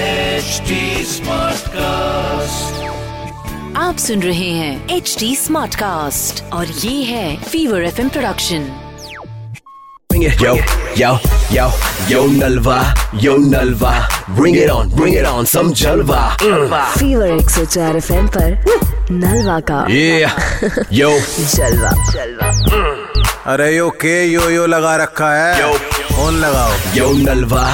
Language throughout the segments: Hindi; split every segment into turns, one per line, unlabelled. HD Smartcast.
आप सुन रहे हैं एच डी स्मार्ट कास्ट और ये है Fever F production
Bring it. Yo, yo, yo, yo Nalva, yo Nalva. Bring it on, bring it on, some Jalva. Mm.
Fever एक सौ चार एफ एम नलवा का
Yeah, yo,
जलवा जलवा
अरे यो के यो यो लगा रखा है
Yo.
फोन लगाओ
yo Nalva,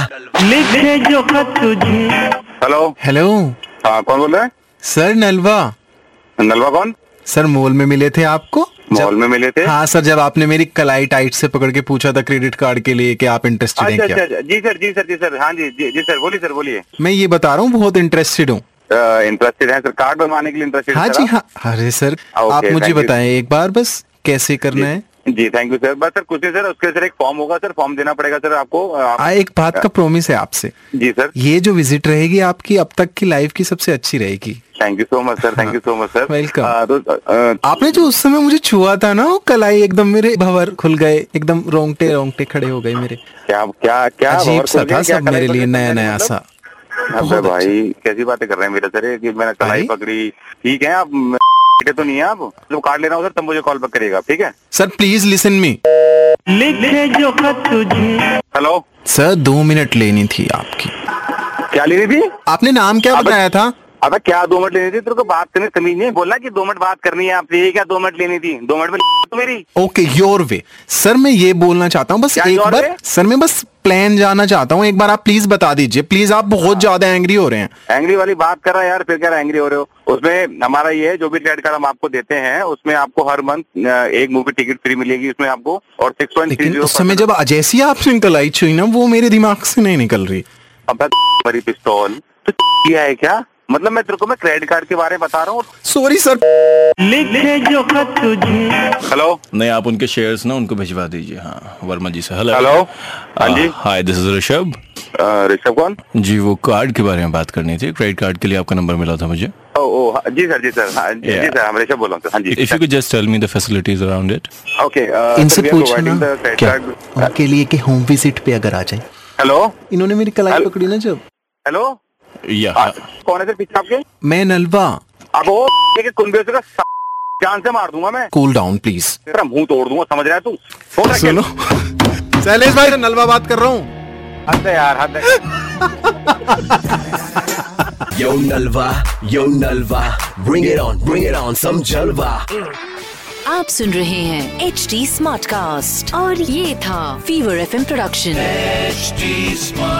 लिखे जो खत तुझे
हेलो
हेलो
हाँ कौन बोल रहे हैं
सर नलवा
नलवा कौन
सर मॉल में मिले थे आपको
मॉल में मिले थे
हाँ सर जब आपने मेरी कलाई टाइट से पकड़ के पूछा था क्रेडिट कार्ड के लिए कि आप इंटरेस्टेड
अच्छा
हैं
अच्छा
क्या
अच्छा। जी सर जी सर जी सर हाँ जी जी जी सर बोलिए सर बोलिए
मैं ये बता रहा हूँ बहुत इंटरेस्टेड हूँ
इंटरेस्टेड है सर कार्ड बनवाने के लिए इंटरेस्टेड
हाँ जी हाँ अरे सर
Okay,
आप मुझे
thank you.
बताएं एक बार बस कैसे करना है
जी थैंक यू सर बस सर कुछ नहीं सर उसके सर एक फॉर्म होगा सर फॉर्म देना पड़ेगा सर आपको अ, आप-
आ, हाँ, एक बात का प्रॉमिस है आपसे
जी सर
ये जो विजिट रहेगी आपकी अब तक की लाइफ की सबसे अच्छी रहेगी
thank you so much sir thank you so much sir
Welcome.
अ, तो अ,
आपने जो उस समय मुझे छुआ था ना वो कलाई एकदम मेरे भंवर खुल गए एकदम रोंगटे रोंगटे खड़े हो गए मेरे
क्या क्या क्या
अजीब
और
सा
कुछ
था
नहीं, क्या
सब मेरे
कलाई पकड़ी
लिए नया
सर,
नया सा अच्छा।
मतलब? अबे भाई कैसी बातें कर रहे हैं मेरे सर ये कि मैंने कलाई
अरे?
पकड़ी ठीक है आप म- बेटे तो नहीं है आप जो कार्ड लेना हो सर तुम मुझे कॉल बैक करिएगा ठीक है
सर प्लीज लिसन मी
लिखे जो खत तुझे
हेलो
सर दो मिनट लेनी थी आपकी
क्या लेनी थी
आपने नाम क्या
अबे-
बताया था
अबे क्या दो मिनट लेनी थी तेरे को बात करने समझ नहीं आई। बोला कि दो मिनट बात करनी है आपसे ये क्या दो मिनट लेनी थी दो मिनट में तो मेरी
ओके योर वे सर मैं ये बोलना चाहता हूँ बस
क्या
एक
your
बार
way?
सर मैं बस प्लान जाना चाहता हूँ एक बार आप प्लीज बता दीजिए प्लीज आप
हाँ।
बहुत ज्यादा एंग्री हो रहे हैं
एंग्री वाली बात कर रहा है यार फिर क्या एंग्री हो रहे हो उसमें हमारा ये है जो भी क्रेडिट कार्ड हम आपको देते हैं उसमें आपको हर मंथ एक मूवी टिकट फ्री मिलेगी उसमें आपको और सिक्स पॉइंट थ्री
लेकिन उस समय जब जैसी आपसे निकल आई छुई ना वो मेरे दिमाग से नहीं निकल रही
भरी पिस्तौल तो किया है क्या मतलब मैं तेरे को मैं क्रेडिट कार्ड के बारे में बता रहा हूँ
सॉरी सर
हाँ,
लिखे जो खत तुझे
हेलो
नहीं आप उनके शेयर्स ना उनको भिजवा दीजिए हाँ वर्मा जी से हेलो
हेलो हाँ जी
हाय दिस इज ऋषभ
अ, ऋषभ कौन
जी वो कार्ड के बारे में बात करनी थी क्रेडिट कार्ड के लिए आपका नंबर मिला था मुझे
ओ ओ हाँ, जी सर जी सर हाँ, जी
Yeah.
जी सर हम ऋषभ बोल रहा हूँ सर हाँ
इफ यू
जी
could just tell me the facilities around it
okay
इनसे पूछो ना क्या उनके लिए कि होम विजिट पे अगर आ जाए
हेलो
इन्होंने मेरी कलाई
हेलो?
पकड़ी ना जब
हेलो
या
आ- हाँ, कौन है सर पीछे आपके
मैं नलवा
अब वो के कुंबे का सा- जान से मार दूंगा मैं
कूल डाउन प्लीज
तेरा मुंह तोड़ दूंगा समझ रहा है तू फोन रख के-
सुनो शैलेश भाई नलवा बात कर रहा हूँ
हद है यार हद है
yo Nalva, yo Nalva. Bring it on, bring it on, some Jalva.
आप सुन रहे हैं एच डी स्मार्ट कास्ट और ये था fever F production
HD Smartcast.